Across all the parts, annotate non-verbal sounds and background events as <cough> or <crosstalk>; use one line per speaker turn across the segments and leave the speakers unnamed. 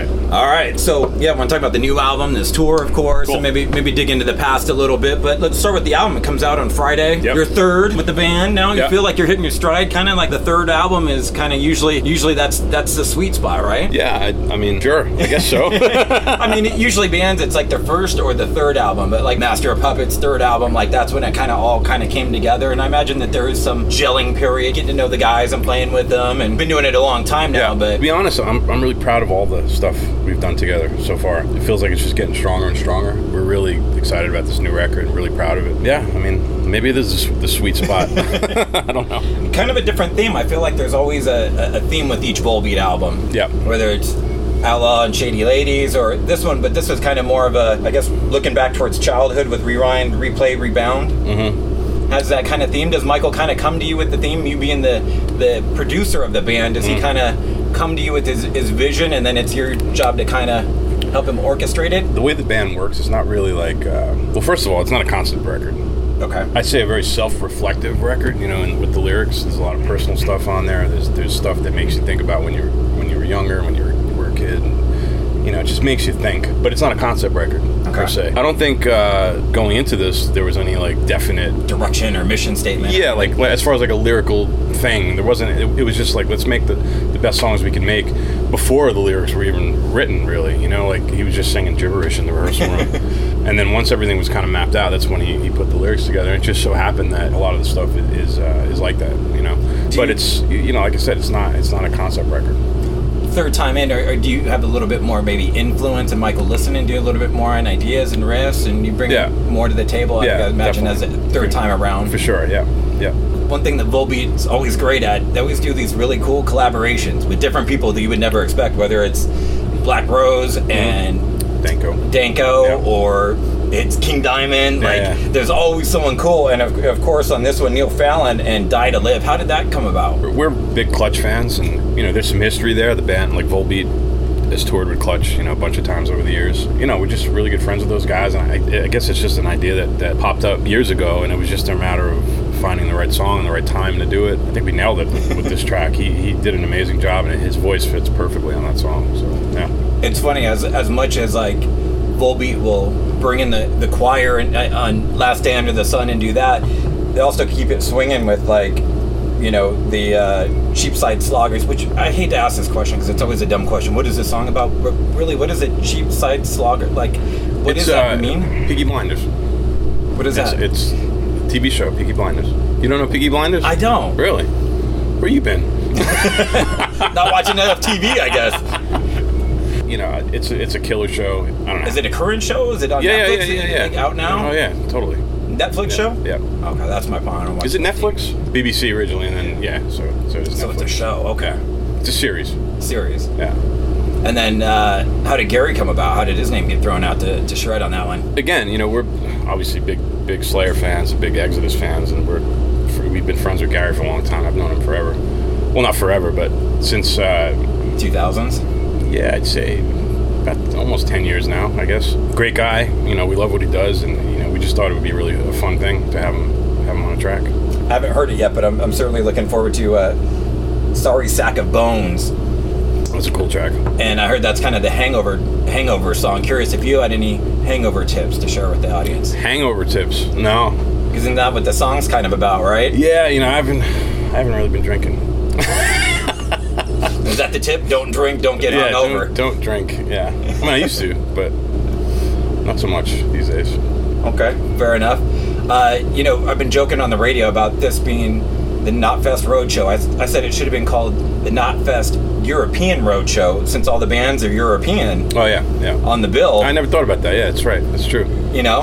All right, so yeah, I want to talk about the new album, this tour, of course,
Cool.
and maybe maybe dig into the past a little bit. But let's start with the album. It comes out on Friday.
Yep.
You're third with the band now. You
Yep.
feel like you're hitting your stride. Kind of like the third album is kind of usually usually that's that's the sweet spot, right?
Yeah, I, I mean, sure, I guess so.
<laughs> I mean, usually bands, it's like their first or the third album, but like Master of Puppets' third album, like that's when it kind of all kind of came together. And I imagine that there is some gelling period, getting to know the guys and playing with them, and been doing it a long time now. But
to be honest, I'm, I'm really proud of all the stuff we've done together so far. It feels like it's just getting stronger and stronger. We're really excited about this new record, really proud of it. Yeah, I mean, maybe this is the sweet
<laughs>
spot. <laughs> I don't know.
kind of a different theme. I feel like there's always a, a- a theme with each Volbeat album.
Yeah.
Whether it's Outlaw and Shady Ladies or this one, but this was kind of more of a, I guess, looking back towards childhood with Rewind, Replay, Rebound. Mm-hmm. Has that kind of theme? Does Michael kind of come to you with the theme? You being the the producer of the band, does he kind of come to you with his, his vision, and then it's your job to kind of help him orchestrate it?
The way the band works is not really like, uh, well, first of all, it's not a concept record.
Okay.
I'd say a very self-reflective record, you know, and with the lyrics, there's a lot of personal stuff on there. There's there's stuff that makes you think about when you're when you were younger, when you were, you were a kid. And, you know, it just makes you think. But it's not a concept record
Okay.
per se. I don't think uh, going into this there was any like definite
Direction or mission statement.
yeah, like li- as far as like a lyrical thing, there wasn't. It, it was just like let's make the, the best songs we can make before the lyrics were even written. Really, you know, like he was just singing gibberish in the rehearsal room, and then once everything was kind of mapped out, that's when he, he put the lyrics together. And it just so happened that a lot of the stuff i- is uh, is like that, you know. but it's you you know, like I said, it's not it's not a concept record.
third time in, or, or do you have a little bit more maybe influence and Michael listening do a little bit more on ideas and riffs, and you bring
Yeah.
more to the table?
Yeah,
I imagine as a third time around.
For sure, yeah, yeah.
One thing that Volbeat's always great at, they always do these really cool collaborations with different people that you would never expect, whether it's Black Rose and
Danko.
Danko
Mm-hmm. Yeah.
or it's King Diamond.
Yeah,
like,
yeah.
there's always someone cool, and of, of course on this one, Neil Fallon and Die to Live. How did that come about?
we're big Clutch fans, and you know, there's some history there. The band, like Volbeat, has toured with Clutch, you know, a bunch of times over the years. You know, we're just really good friends with those guys, and I, I guess it's just an idea that, that popped up years ago, and it was just a matter of finding the right song and the right time to do it. I think we nailed it with this track. He, he did an amazing job, and his voice fits perfectly on that song. So yeah,
it's funny as as much as like Volbeat will bring in the the choir and, uh, on Last Day Under the Sun and do that. They also keep it swinging with like you know the uh, Cheapside Sloggers, which I hate to ask this question because it's always a dumb question. What is this song about? R- really, what is a Cheapside Slogger like? What does that mean?
Piggy uh, Blinders.
What is
It's,
that?
it's a TV show Piggy Blinders. You don't know Piggy Blinders?
I don't.
really. Where you been?
Not watching enough TV, I guess.
You know, it's a, it's a killer show. I don't know.
Is it a current show? Is it on
Yeah, yeah,
Netflix?
yeah, yeah,
Is it,
yeah.
like, out now?
Oh yeah, totally.
Netflix show?
Yeah.
Okay, that's my problem. I don't watch
Is it Netflix? BBC originally, and then yeah, so so it's Netflix.
So it's a show. Okay,
Yeah, it's a series.
series.
Yeah.
And then, uh, how did Gary come about? How did his name get thrown out to, to shred on that one?
Again, you know, we're obviously big big Slayer fans, big Exodus fans, and we're fr- we've been friends with Gary for a long time. I've known him forever. Well, not forever, but since uh,
2000s?
yeah, I'd say about almost ten years now, I guess. Great guy. You know, we love what he does, and you know, we just thought it would be really a fun thing to have him have him on a track.
I haven't heard it yet, but I'm, I'm certainly looking forward to uh, Sorry Sack of Bones.
That's a cool track.
And I heard that's kind of the hangover hangover song. Curious if you had any hangover tips to share with the audience.
Hangover tips. No,
Isn't that what the song's kind of about, right?
Yeah, you know, I haven't, I haven't really been drinking.
Is that the tip? Don't drink, don't get
yeah,
hungover.
Don't, don't drink. Yeah, I mean, I used to, but not so much these days.
Okay, fair enough. Uh, you know, I've been joking on the radio about this being the Knotfest Roadshow. I, I said it should have been called the Knotfest European Roadshow since all the bands are European
Oh yeah, yeah.
on the bill,
I never thought about that. Yeah, that's right. That's true.
you know?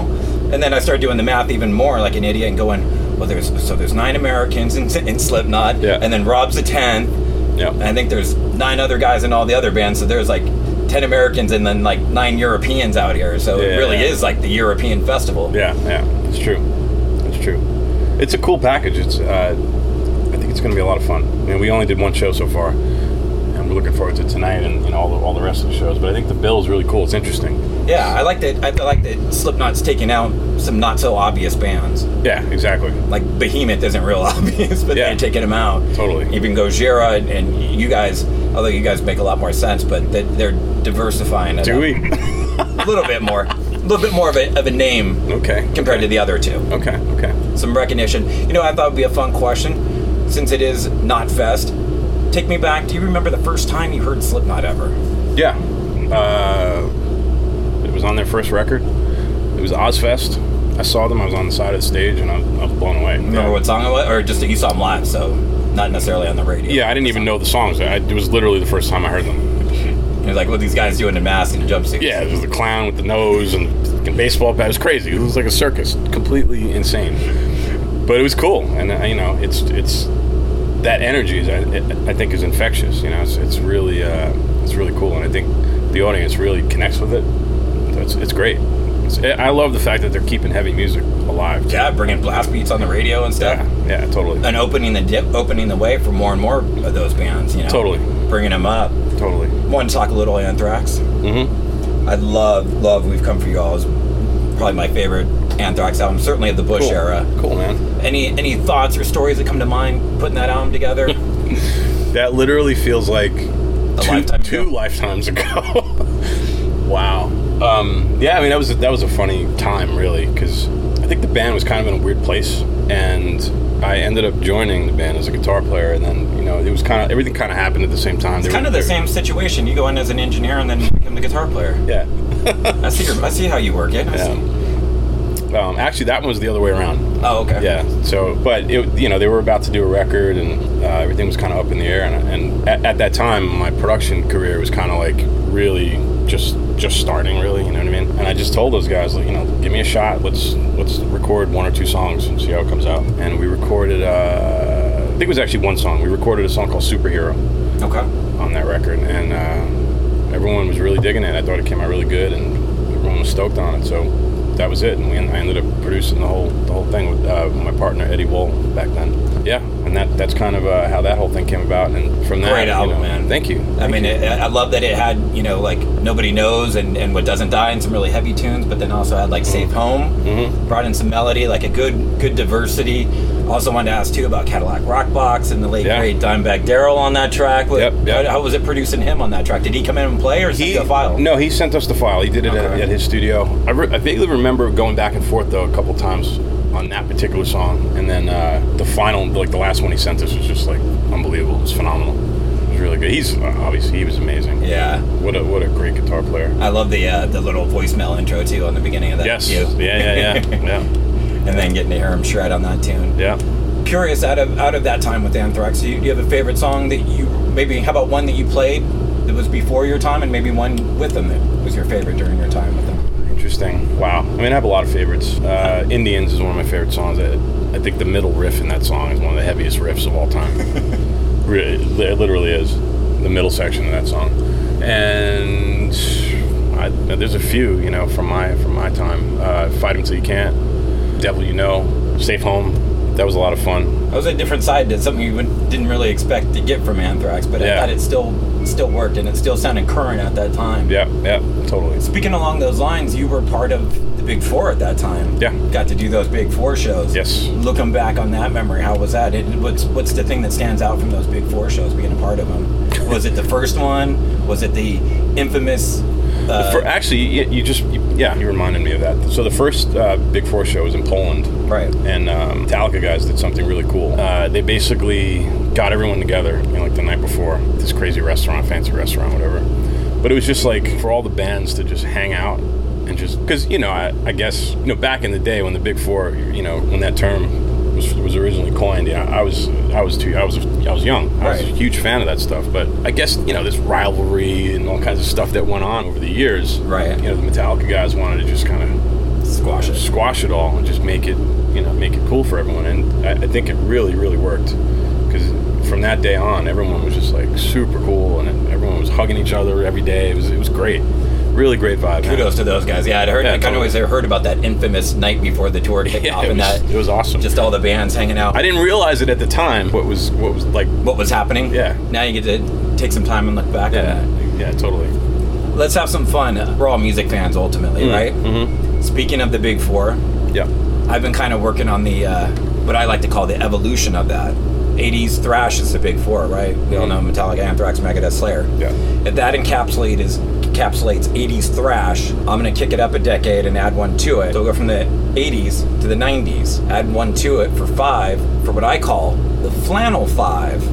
And then I started doing the math even more like an idiot and going, well, there's so there's nine Americans in, in Slipknot,
Yeah.
and then Rob's a 10, and
Yeah.
I think there's nine other guys in all the other bands, so there's like 10 Americans and then like nine Europeans out here. So it
Yeah.
really is like the European festival.
Yeah, yeah. That's true. That's true. It's a cool package. It's, uh, I think it's going to be a lot of fun. You know, we only did one show so far, and we're looking forward to tonight and, and all the all the rest of the shows. But I think the bill is really cool. It's interesting.
Yeah, I like that. I like that Slipknot's taking out some not so obvious bands.
Yeah, exactly.
Like Behemoth isn't real <laughs> obvious, but
Yeah.
they're taking them out.
Totally.
Even Gojira and, and you guys, although you guys make a lot more sense, but that they're diversifying it.
Do
up.
we? <laughs>
A little bit more. A little bit more of a, of a name
okay.
compared to the other two.
Okay. Okay.
Some recognition. You know, I thought would be a fun question since it is Knot Fest. Take me back. Do you remember the first time you heard Slipknot ever?
Yeah. Uh, it was on their first record. It was Ozfest. I saw them. I was on the side of the stage, and I was, I was blown away.
Remember what song it was, or just that you saw them live, so not necessarily on the radio.
Yeah, I didn't even know the songs. I, it was literally the first time I heard them.
It was like what these guys doing in masks and jumpsuits.
Yeah, it was the clown with the nose and the baseball bat. It was crazy. It was like a circus, completely insane. But it was cool, and uh, you know, it's it's that energy is I, I think is infectious. You know, it's, it's really uh, it's really cool, and I think the audience really connects with it. So it's, it's great. It's, I love the fact that they're keeping heavy music alive. too.
Yeah, bringing blast beats on the radio and stuff,
yeah, yeah, totally,
and opening the dip, opening the way for more and more of those bands. You know,
totally,
bringing them up.
totally.
Want to talk a little Anthrax?
Mm-hmm.
I love, love. We've come for you all is probably my favorite Anthrax album, certainly of the Bush
Cool.
era.
Cool, man.
Any any thoughts or stories that come to mind putting that album together?
<laughs> That literally feels like two,
lifetime
two
ago.
lifetimes ago. <laughs> wow. Um, yeah, I mean that was a, that was a funny time, really, because I think the band was kind of in a weird place, and I ended up joining the band as a guitar player, and then you know it was kind of everything kind of happened at the same time.
it's kind of the same situation. You go in as an engineer and then you become the guitar player.
Yeah.
I see your, I see how you work it. I
yeah.
see.
Um, actually, that one was the other way around.
Oh, okay.
Yeah. So, but it, you know, they were about to do a record, and uh, everything was kind of up in the air. And, and at, at that time, my production career was kind of like really just just starting, really. You know what I mean? And I just told those guys, like, you know, give me a shot. Let's let's record one or two songs and see how it comes out. And we recorded. Uh, I think it was actually one song. We recorded a song called Superhero
Okay.
on that record, and uh, everyone was really digging it. I thought it came out really good, and everyone was stoked on it. So that was it, and we, I ended up producing the whole the whole thing with uh, my partner Eddie Wool back then. Yeah, and that that's kind of uh, how that whole thing came about. And from that,
Great
you
album,
know,
man.
Thank you.
I mean, it, I love that it had you know like nobody knows and, and what doesn't die and some really heavy tunes, but then also had like safe home,
Mhm.
brought in some melody, like a good good diversity. Also wanted to ask too about Cadillac Rockbox and the late
Yeah.
great Dimebag Daryl on that track. What-
Yep, yep.
How, how was it producing him on that track? Did he come in and play or he a file?
No, he sent us the file. He did it at,
Okay.
at his studio. I, re- I vaguely remember going back and forth though a couple times on that particular song, and then uh, the final, like the last one he sent us, was just like unbelievable. It was phenomenal. It was really good. He's uh, obviously he was amazing.
Yeah,
What a what a great guitar player.
I love the uh, the little voicemail intro too on the beginning of that.
Yes.
too.
Yeah. Yeah. Yeah.
<laughs>
Yeah.
and then getting to hear him shred on that tune.
Yeah.
curious out of out of that time with Anthrax. Do you, do you have a favorite song that you maybe? How about one that you played that was before your time, and maybe one with them that was your favorite during your time with them?
Interesting. Wow. I mean, I have a lot of favorites. Uh, Indians is one of my favorite songs. I, I think the middle riff in that song is one of the heaviest riffs of all time. really, it literally is the middle section of that song. And I, there's a few, you know, from my from my time. Uh, Fight 'em till you can't. Devil you know. Safe home. That was a lot of fun.
That was a different side to something you wouldn't- didn't really expect to get from Anthrax, but I
Yeah.
thought it still still worked and it still sounded current at that time.
Yeah. Yeah. Totally.
Speaking along those lines, you were part of the Big Four at that time.
Yeah.
Got to do those Big Four shows.
Yes.
Looking back on that memory, how was that? It, what's what's the thing that stands out from those Big Four shows? Being a part of
<laughs>
them, was it the first one? Was it the infamous? Uh,
For, actually, you, you just you, yeah, you reminded me of that. So the first uh, Big Four show was in Poland,
right.
and um, Metallica guys did something really cool. Uh, they basically got everyone together, you know, like the night before, this crazy restaurant, fancy restaurant, whatever. But it was just like for all the bands to just hang out and just because you know, I, I guess you know back in the day when the Big Four, you know, when that term was, was originally coined, yeah, I was I was too I was I was young, I was
Right.
a huge fan of that stuff. But I guess you know this rivalry and all kinds of stuff that went on over the years.
Right.
You know, the Metallica guys wanted to just kind of
Squash it.
squash it all and just make it you know make it cool for everyone and i, I think it really really worked because from that day on everyone was just like super cool and everyone was hugging each other every day it was it was great really great vibe man.
Kudos to those guys. Yeah, I'd heard.
Yeah,
I kind of
totally.
always heard about that infamous night before the tour
<laughs> <laughs>
kicked
yeah,
off,
it,
and
was,
that
it was awesome
just all the bands hanging out.
i didn't realize it at the time what was what was like
what was happening?
Yeah.
Now you get to take some time and look back on
yeah
that.
yeah totally
Let's have some fun. We're all music fans ultimately, right?
mm-hmm.
Speaking of the Big Four,
yeah
I've been kind of working on the uh, what I like to call the evolution of that. 80s
Mm-hmm.
thrash is the big four, right? We all know Metallica, Anthrax, Megadeth, Slayer.
Yeah.
If that encapsulated is encapsulates 80s thrash. I'm going to kick it up a decade and add one to it. So we'll go from the 80s to the 90s, add one to it for five, for what I call the flannel
<laughs>
five.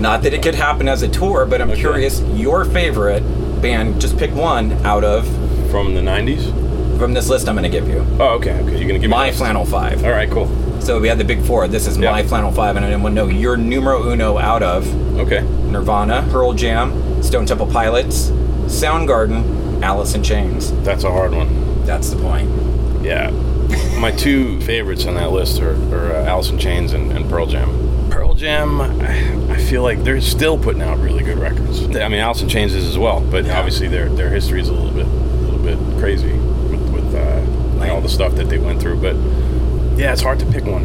Not that it could happen as a tour, but I'm
Okay.
curious your favorite band, just pick one out of
From the 90s?
from this list I'm going to give you.
Oh, okay. Okay. You're going to give me
My
this.
flannel five.
All right, cool.
So we had the big four. This is
Yeah.
my flannel five, and I want to know your numero uno out of
Okay.
Nirvana, Pearl Jam, Stone Temple Pilots, Soundgarden, Alice in Chains.
That's a hard one.
That's the point.
Yeah. My two favorites on that list are, are uh, Alice in Chains and, and Pearl Jam. Pearl Jam, I I feel like they're still putting out really good records. I mean, Alice in Chains is as well, but
Yeah.
obviously their their history is a little bit a little bit crazy with, with uh,
Right.
all the stuff that they went through. But yeah, it's hard to pick one.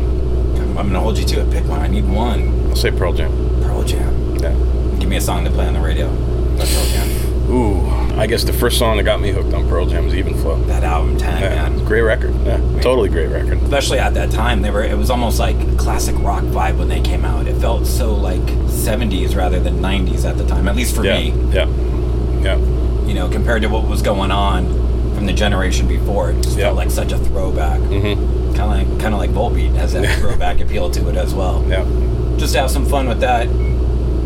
I'm, I'm gonna hold you to it. Pick one. I need one.
I'll say Pearl Jam.
Pearl Jam.
Yeah.
Give me a song to play on the radio. That's Pearl Jam.
Ooh, Oh, I guess the first song that got me hooked on Pearl Jam was Even Flow.
That album, ten
Yeah,
man.
great record. Yeah, totally great record.
Especially at that time, they were. It was almost like classic rock vibe when they came out. It felt so like 70s rather than 90s at the time, at least for
Yeah,
me.
yeah, yeah,
you know, compared to what was going on from the generation before. It just
Yeah.
felt like such a throwback.
hmm
Kind of like, kind of like Volbeat has <laughs> that throwback appeal to it as well.
yeah.
Just to have some fun with that.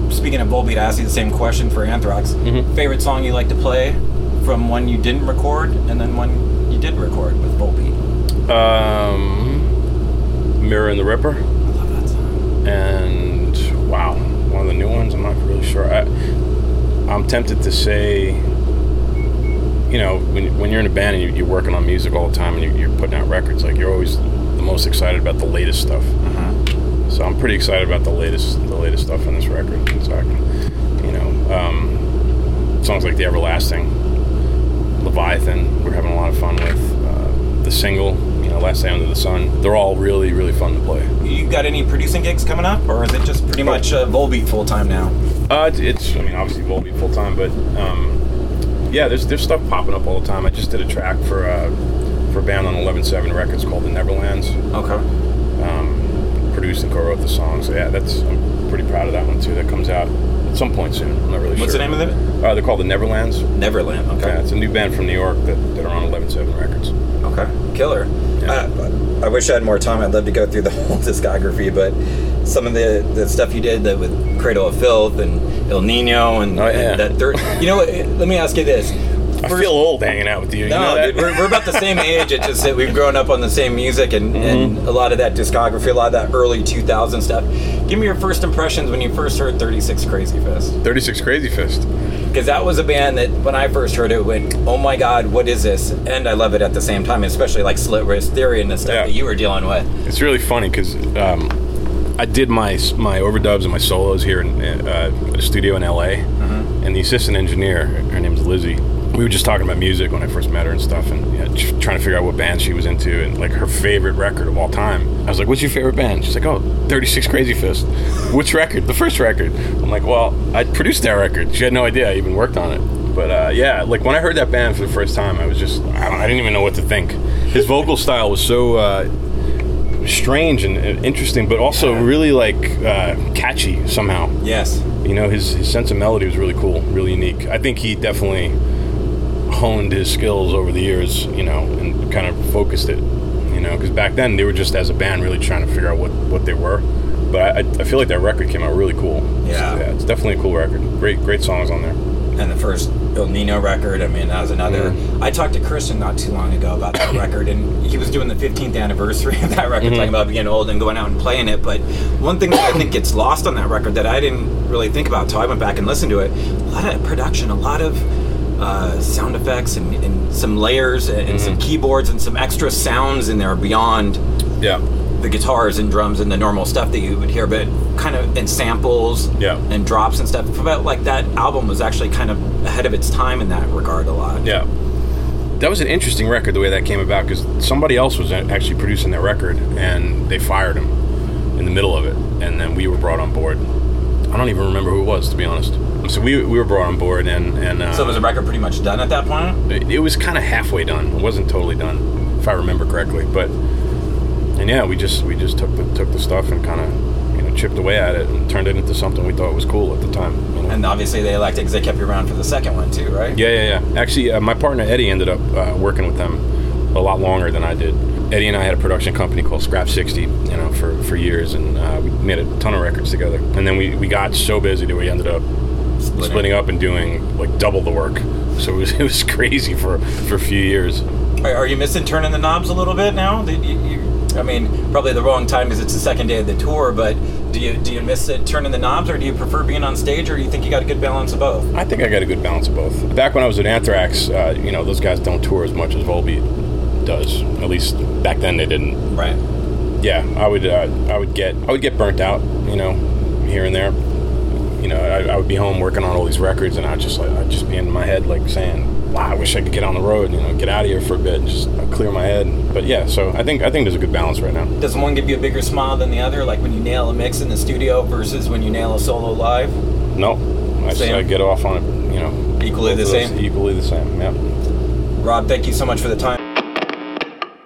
Speaking of Volbeat, I asked you the same question for Anthrax.
Mhm.
Favorite song you like to play from one you didn't record and then one you did record with Volbeat?
Um, Mirror and the Ripper,
I love that song.
and wow, one of the new ones. I'm not really sure. I, I'm tempted to say, you know, when, when you're in a band and you, you're working on music all the time and you, you're putting out records, like you're always the most excited about the latest stuff.
Mm-hmm.
So I'm pretty excited about the latest the latest stuff on this record. So I can, you know, um, songs like The Everlasting, Leviathan, we're having a lot of fun with. Uh, the single, you know, Last Day Under the Sun, they're all really, really fun to play.
You got any producing gigs coming up, or is it just pretty much uh, Volbeat full time now?
Uh, it's, it's, I mean, obviously won't be full time, but um, yeah, there's there's stuff popping up all the time. I just did a track for uh, for a band on 117 Records called The Neverlands,
Okay.
um, produced and co-wrote the song. So yeah, that's I'm pretty proud of that one too. That comes out at some point soon. I'm not really
What's
sure.
the name of it?
Uh, they're called the Neverlands.
Neverland. Okay.
Yeah, it's a new band from New York that, that are on 117 Records.
Okay, killer.
Yeah.
I, I wish I had more time. I'd love to go through the <laughs> whole discography, but some of the, the stuff you did that with Cradle of Filth and El Nino and
Oh, yeah.
that third. You know what? Let me ask you this.
I
First-
feel old hanging out with you. you know
no,
that? <laughs>
dude, we're, we're about the same age. It's just that we've grown up on the same music and,
Mm-hmm.
and a lot of that discography, a lot of that early 2000 stuff. Give me your first impressions when you first heard 36 Crazy Fist.
36 Crazy Fist.
Because that was a band that when I first heard it went, oh my god, what is this? And I love it at the same time, especially like slit wrist theory and the stuff
Yeah.
that you were dealing with.
It's really funny because um, I did my my overdubs and my solos here in uh, at a studio in LA, and the assistant engineer, her name's Lizzie. We were just talking about music when I first met her and stuff, and you know, tr- trying to figure out what band she was into and like her favorite record of all time. I was like, "What's your favorite band?" She's like, "Oh, 36 Crazy Fist." <laughs> Which record? The first record. I'm like, "Well, I produced that record." She had no idea I even worked on it. But uh, yeah, like when I heard that band for the first time, I was just I, don't, I didn't even know what to think. His vocal style was so. Uh, strange and uh, interesting, but also really like uh, catchy somehow.
Yes.
You know, his, his sense of melody was really cool, really unique. I think he definitely honed his skills over the years, you know, and kind of focused it, you know, because back then they were just as a band really trying to figure out what, what they were. But I, I feel like that record came out really cool.
Yeah.
So, yeah, it's definitely a cool record. Great, great songs on there.
And the first El Nino record, I mean, that was another. I talked to Christian not too long ago about that record, and he was doing the 15th anniversary of that record, talking about being old and going out and playing it. But one thing that I think gets lost on that record that I didn't really think about until I went back and listened to it a lot of production, a lot of. Uh, sound effects and, and some layers and, and some keyboards and some extra sounds in there beyond
Yeah.
the guitars and drums and the normal stuff that you would hear, but kind of in samples
Yeah.
and drops and stuff. I felt like that album was actually kind of ahead of its time in that regard a lot.
Yeah. That was an interesting record the way that came about because somebody else was a- actually producing that record and they fired him in the middle of it and then we were brought on board. I don't even remember who it was to be honest. So we, we were brought on board and and uh,
So was the record pretty much done at that point?
it was kind of halfway done. It wasn't totally done if I remember correctly, but and yeah, we just we just took the took the stuff and kind of you know chipped away at it and turned it into something we thought was cool at the time. You know?
And obviously they elected because they kept you around for the second one too, right?
Yeah, yeah, yeah. Actually, uh, my partner Eddie ended up uh, working with them a lot longer than I did. Eddie and I had a production company called Scrap 60, you know, for, for years, and uh, we made a ton of records together. And then we, we got so busy that we ended up splitting, up and doing like double the work. So it was, <laughs> it was crazy for, for a few years.
Are, are you missing turning the knobs a little bit now? Did you, you, I mean, probably the wrong time because it's the second day of the tour. But do you do you miss it turning the knobs, or do you prefer being on stage, or do you think you got a good balance of both?
I think I got a good balance of both. Back when I was at Anthrax, uh, you know, those guys don't tour as much as Volbeat does. At least back then they didn't.
Right.
yeah, I would uh, I would get I would get burnt out, you know, here and there. You know, I, I would be home working on all these records, and I just like I'd just be in my head like saying, "Wow, I wish I could get on the road, you know, get out of here for a bit, and just uh, clear my head." But yeah, so I think I think there's a good balance right now.
Does one give you a bigger smile than the other? Like when you nail a mix in the studio versus when you nail a solo live?
No, I just
Same.
I get off on it, you know.
Equally the
both of those e-
same.
Equally the same. Yeah.
Rob, thank you so much for the time.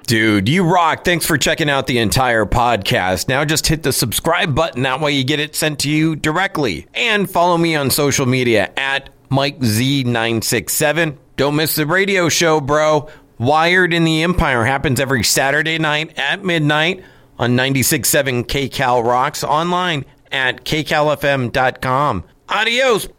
Dude, you rock. Thanks for checking out the entire podcast. Now just hit the subscribe button. That way you get it sent to you directly. And follow me on social media at MikeZ967. Don't miss the radio show, bro. Wired in the Empire happens every Saturday night at midnight on 96.7 KCal Rocks online at kcalfm.com. Adios.